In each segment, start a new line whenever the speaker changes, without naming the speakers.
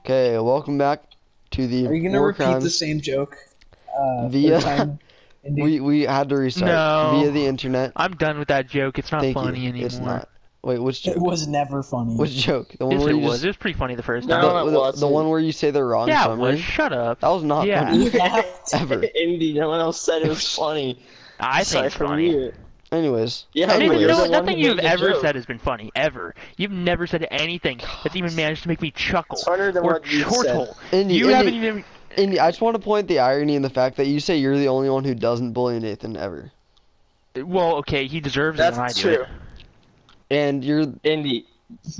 Okay, welcome back to the.
Are you gonna
War
repeat
Crimes.
the same joke? Uh,
The,
third
uh,
time? Indeed.
We we had to restart
No.
via the internet.
I'm done with that joke. It's not
Thank
funny
you.
anymore.
It's not. Wait, which
it
joke?
was never funny.
Which joke? The one
Yes,
where
it
you
was.
just
It was pretty funny the first
the,
time.
No, it
the- the
wasn't.
one where you say the wrong
yeah, it was.
summary.
Shut up.
That was not
Yeah.
funny.
Yeah.
Ever.
Indy, no one else said it was funny.
I think
aside
it's
from
funny.
you.
Anyways,
Yeah,
Nathan,
I
but
didn't
Anyways.
you're
know
the one
nothing
who
you've
made the
ever
joke.
said has been funny ever. You've never said anything that's even managed to make me chuckle
It's funnier than
or
what you said.
chortle.
Indy,
You
Indy,
haven't even.
Indy, I just want to point the irony in the fact that you say you're the only one who doesn't bully Nathan ever,
Well, okay, he deserves it. when I
That's
do
true.
it.
and you're
Indy,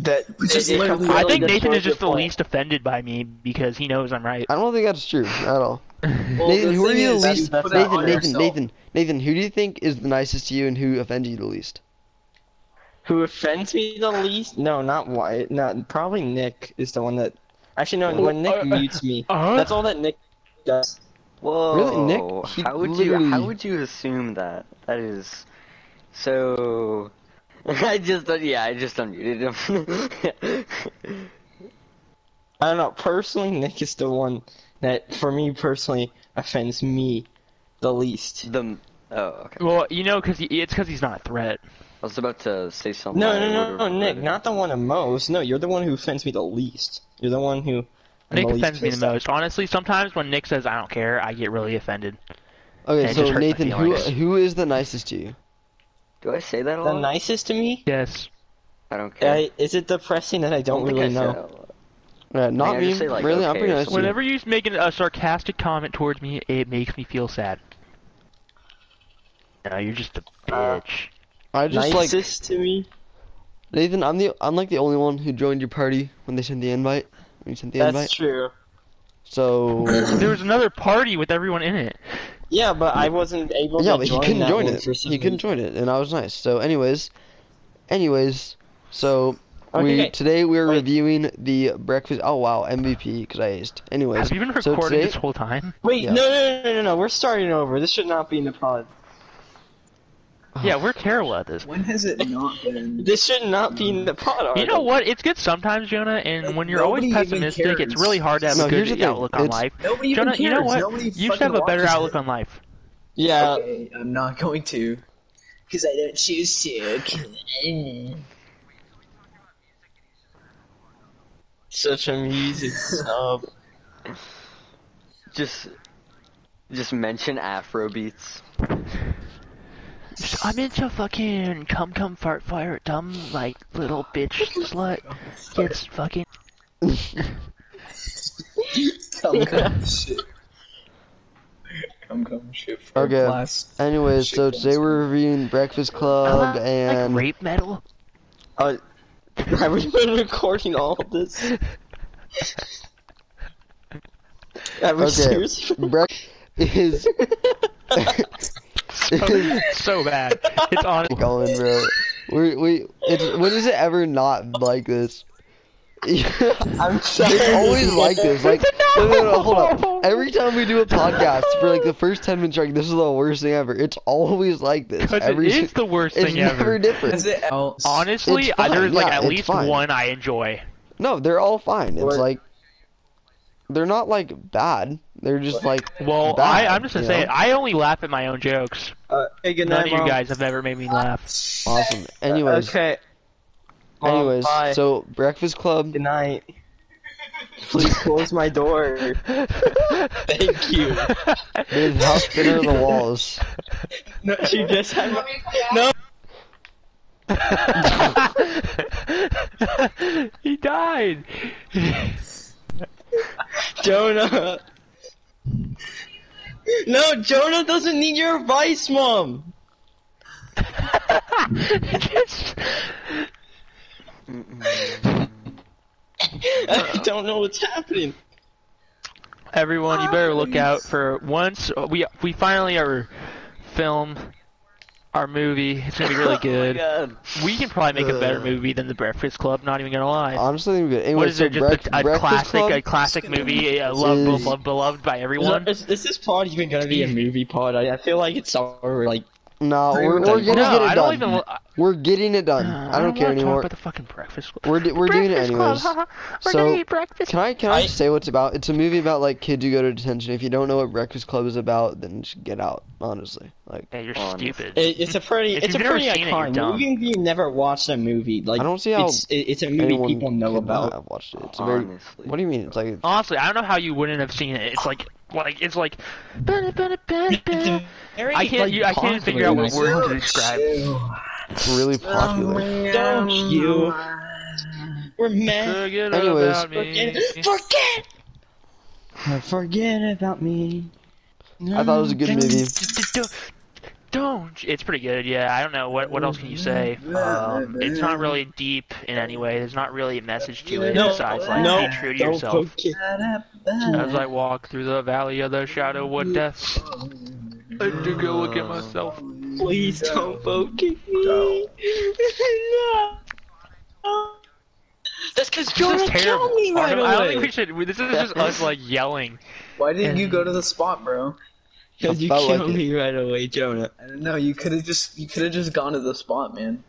that
Which is
it- it
literally-
completely
I think Nathan
destroys
is just the
your point.
least offended by me because he knows I'm right.
I don't think that's true at all.
Well,
Nathan,
the
who are
thing
you
is,
the least?
you put that
Nathan,
on
Nathan,
yourself.
Nathan, Nathan, who do you think is the nicest to you and who offends you the least?
Who offends me the least? No, not Wyatt. Not probably Nick is the one that. Actually, no. When Nick mutes me,
Uh,
that's all that Nick does.
Whoa.
Nick? He
how would you
literally-
how would you assume that? That is so I just yeah, I just unmuted him.
I don't know. Personally, Nick is the one that, for me personally, offends me the least.
the oh, okay.
well, you know, because it's because he's not a threat.
I was about to say something.
No,
I
no, no,
would've
no, Nick.
regretted.
Not the one the most. No, you're the one who offends me the least. You're the one who. I'm
Nick
the least
offends me the
pissed at.
most. Honestly, sometimes when Nick says I don't care, I get really offended.
Okay,
That
so
just hurt my
Nathan, who
feelings.
who is the nicest to you?
Do I say that a
The
lot?
nicest to me?
Yes.
I don't care.
I, is it depressing that I don't,
think
really
I said
know?
that a lot.
Uh,
I
not
just
me.
say, like,
really, I'm
okay
pretty
or
nice. to you.
something.
Whenever you make an, a sarcastic comment towards me, it makes me feel sad. No, you're just a bitch.
I just like
nicest to me?
Nathan. I'm the I'm like the only one who joined your party when they sent the invite. When you sent the
That's
invite.
true.
So
there was another party with everyone in it.
Yeah, but I wasn't able
yeah,
to
but he
join
couldn't
that
join
one
it.
for some
He couldn't join
reason.
it, and I was nice. So, anyways, anyways, so we
Okay.
today we're
Wait.
reviewing the breakfast. Oh wow, MVP because I aced. Anyways,
Have you been
so
recording
today
this whole time?
Wait,
Yeah.
no, no, no, no, no, no. We're starting over. This should not be in the pod.
Oh.
Yeah, we're terrible at this.
When has it not been?
This should not be in the pod.
You know
already.
what? It's good sometimes, Jonah, and
Like,
when you're always
nobody even
pessimistic, it's
cares.
really hard to have
No,
a
here's the
good
thing.
outlook on
It's-
life.
Nobody even
Jonah,
cares.
you know what?
Nobody
You should
fucking
have a better
watches
outlook
it.
on life.
Yeah.
Okay, I'm not going to, because I don't choose to.
Such a music snob.
Just just mention Afro beats.
I'm into fucking cum cum fart fire dumb like little bitch slut gets fucking.
come come shit. Come come shit. For
Okay.
Class.
Anyways,
Shit
so
goes
today
down.
we're reviewing Breakfast
Oh,
Club and
Uh-huh. like rape metal.
Uh, have we been recording all of this? Have we
Okay.
seriously been
Break is is
so bad. It's on.
going, bro. We we it's when is it ever not like this?
I'm sorry.
It's always like this. Like, no, no, no, hold up. Every time we do a podcast for like the first ten minutes, you're like, this is the worst thing ever. It's always like this.
Because
Every
it is
si-
the worst
it's
thing
never
ever.
different.
Has it else?
Oh, Honestly, I, there's
fine,
like
yeah,
at
it's
least
fine.
one I enjoy.
No, they're all fine. It's
What?
like they're not like bad. They're just like
Well,
Bad,
I, I'm just gonna
you
say
know?
it. I only laugh at my own jokes.
Uh, hey, good
None
night,
of you
Mom. Uh,
guys have ever made
Ah,
me laugh.
awesome. Anyways,
Okay. Mom,
anyways,
bye.
so Breakfast Club.
Good night. Please close my door. Thank you.
Dude, how thin are the walls?
No, she just had my... No,
he died.
Jonah. No, Jonah doesn't need your advice, Mom. I don't know what's happening.
Everyone, you better look out for once uh, we we finally are film our movie. It's gonna be really
Oh my
good.
god.
we can probably make a better movie than The Breakfast Club. Not even gonna lie.
Honestly, they're good. Anyway,
what is
so
it? Just
Break-
a, a
Breakfast
classic,
Club.
a classic movie, uh, loved,
is-
beloved, beloved by everyone.
Is, is this pod even gonna be a movie pod? I, I feel like it's already like
No,
Agree
we're,
with
we're
that.
gonna
no,
get it
I
done.
don't even. wa- I,
We're getting it done. I
I
don't care
wanna talk
anymore.
About the fucking breakfast club.
We're, d- we're doing it anyways.
Breakfast Club, haha. We're
So,
gonna eat breakfast.
Can I can I,
I-
say what's about? It's a movie about like kids who go to detention. If you don't know what Breakfast Club is about, then just get out. Honestly, like
Yeah, you're
on.
stupid.
It, it's a pretty,
If
it's a
you've never
pretty
seen it, you're
iconic
dumb.
movie. If you never watched a movie, like
I don't see how
it's, it- it's a movie
anyone
people know
could not
about.
have watched it. It's a very.
Honestly.
What do you mean? It's like
Honestly, I don't know how you wouldn't have seen it. It's like, like it's like. "Ba-da, ba-da, ba-da, ba-da." I can't. you, I can't figure out what word to describe.
it's really popular.
Don't you remember?
Forget
Anyways.
about me.
Forget.
Forget about me.
I thought it was a good movie.
Don't- Don't. It's pretty good. Yeah. I don't know what. What else can you say? Um, it's not really deep in any way. There's not really a message to it
No,
besides like
no,
be true to
Don't
yourself.
forget.
As I walk through the valley of the shadow of death, I had to go look at myself.
Please don't forget me. no.
That's because
This
Jonah
is terrible.
killed me
I
right
don't, I don't think we
away.
should. This is just us like yelling.
Why didn't you go to the spot, bro?
Because you
I felt like
killed
it.
me right away, Jonah.
I don't know. You could have just you could have just gone to the spot, man.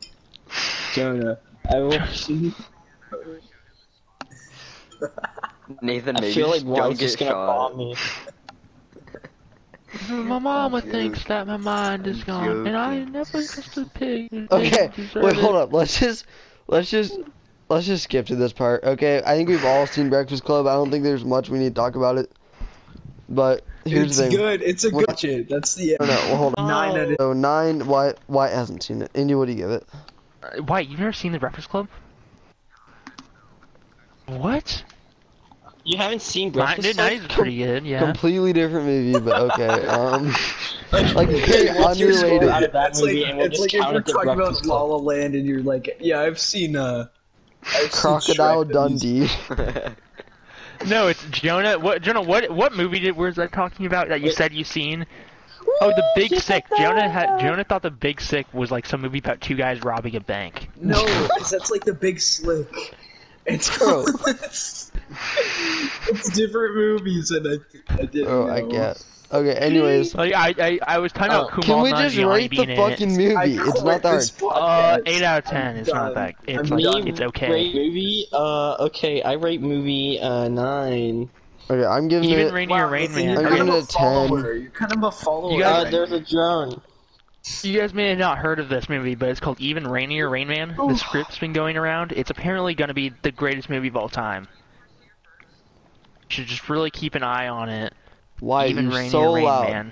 Jonah. I watched you.
Nathan,
I
maybe
feel like
just don't
Dwight's
get
just gonna
shot.
bomb me.
My mama thinks that my mind is gone, and I ain't never just a pig.
Okay, wait, hold up. Let's just let's just let's just skip to this part. Okay, I think we've all seen Breakfast Club. I don't think there's much we need to talk about it. But here's
it's
the thing.
good. It's a
What-
good shit. That's the
No, no, well, hold on.
nine out of
So nine, Wyatt, Wyatt hasn't seen it. Indy, what do you give it?
Uh, Why? You've never seen The Breakfast Club? What?
You haven't seen
Nine,
Breakfast
Nine's
Club?
pretty good, yeah.
Completely different movie, but okay. Um, like very
What's your score
unrelated.
out of that
It's
movie,
like,
and we'll
it's
just
like
count
if
it to
we're talking
Breakfast
about La La Land, and you're like, yeah, I've seen uh, I've seen
Crocodile
Shrek, but he's-
Dundee.
No, it's Jonah. What Jonah? What what movie did, was I talking about that you said you seen? Oh, The Big Sick. Jonah had Jonah thought The Big Sick was like some movie about two guys robbing a bank.
No, 'cause that's like the big slick. It's
Bro.
it's different movies, and I, I didn't.
Oh,
know.
I get. Okay. Anyways,
Like Oh, I I, I was talking about
Oh,
Kumail
can we
Nanjiani
just rate
being
the
in it.
fucking movie?
I
It's not
quit
that hard.
this podcast.
Uh, eight out of 10 It's not
done.
that. It's
I'm
like
done.
it's okay.
Rate movie? Uh, okay, I rate movie, uh, 9.
Okay, I'm giving
Even
it.
Rainier
Wow,
Rain
Nathan,
I'm
Man.
You're kind
giving it
of
a
a
10.
follower. You're kind of a follower.
You
Uh,
guys-
there's a drone.
You guys may have not heard of this movie, but it's called Even Rainier Rain Man. The script's been going around. It's apparently going to be the greatest movie of all time. You should just really keep an eye on it.
Why are
Even
you
Rainier
so
Rain
loud?
Man.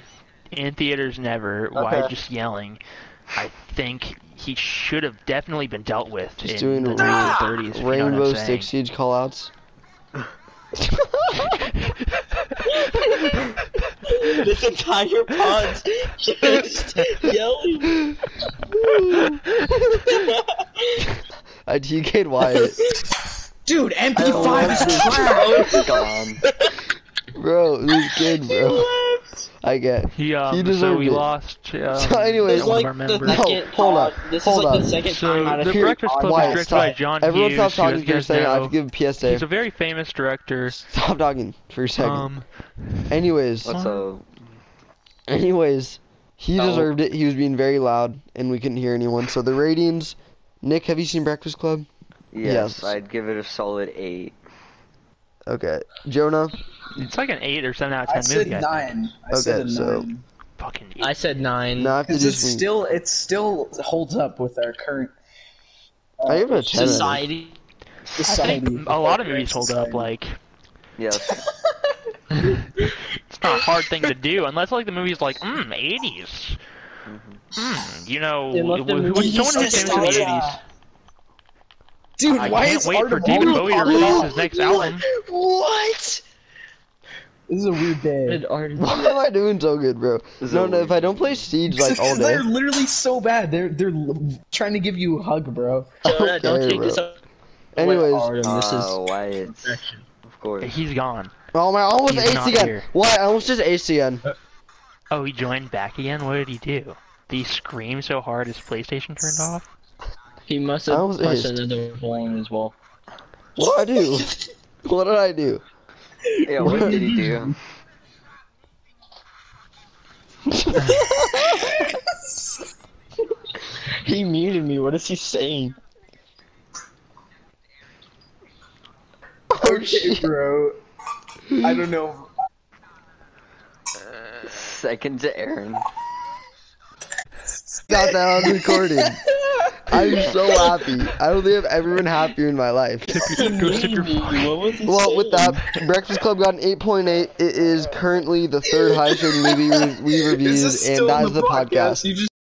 In theaters, never. Why
Okay.
just yelling? I think he should have definitely been dealt with
Just
in
doing
the
rain-
1930s. if you know what I'm
Rainbow
saying.
Six Siege callouts.
this entire pod's just yelling.
I TK'd Wyatt.
Dude, MP5 is
Gone.
Bro, this kid, bro. I get.
He, um,
He
so
deserved
we
it.
lost. Um,
So anyways-
It's
one
like
of our
the
members.
No,
second
hold
pod-
up,
This
hold
is like
up.
the second
So
time out of
the
three
Breakfast Club
podcasts.
is
Wyatt,
directed by
stop.
John
Everyone
Hughes.
stop
who,
talking
as
for
you
a
guys
second. I have
know,
to give a
He's
PSA.
a very famous director.
Stop talking for a second.
Um,
anyways,
Also,
anyways, he
Oh.
No.
deserved it. He was being very loud, and we couldn't hear anyone. So the ratings. Nick, have you seen Breakfast Club?
yes,
Yes.
I'd give it a solid eight.
Okay. Jonah.
it's like an eight or seven out
I
of ten
said
movie. I
nine. I said
Okay,
a
so-
nine.
fucking.
I said nine.
Not to
Because it's
just be-
still it still holds up with our current uh,
I give it a ten. out of
Society.
I
society.
think a lot of movies hold up. Like
Yes.
it's not a hard thing to do unless like the movie's like mm, 80s.
Mm-hmm.
Mm, you know,
Unless the
when
movie-
when someone was
He's
famous in the
just-
80s.
Dude,
I
why
can't
is
wait
Art
for
of
David
War-
Bowie to release his next album.
What? This is a weird day.
Why am I doing so good, bro?
This is
No,
a
no. If
weird
I don't play Siege like all day,
they're literally so bad. They're they're l- trying to give you a hug, bro.
Jonah, don't
Okay,
take
bro.
this up.
Anyways,
Artem, this
Uh,
is
why it's of course.
He's gone.
oh my, I almost
He's
aced
not
again.
here.
Why? I almost just aced again.
Oh, he joined back again. What did he do? Did he scream so hard his PlayStation turned off?
He must
I
have
was
pressed
aced.
another volume as well.
What did I do? what did I do?
Yeah, what did he do?
He muted me. What is he saying?
Oh,
Okay,
shit.
bro. I don't know.
Second to Aaron.
Got that on recording. I'm so happy. I don't think I've ever been happier in my life.
He muted me. What was he
Well, with
saying?
that, Breakfast Club got an 8.8. It is currently the third highest rated movie we- we
Is
reviewed,
this
and
still
that
on
is the podcast.
You just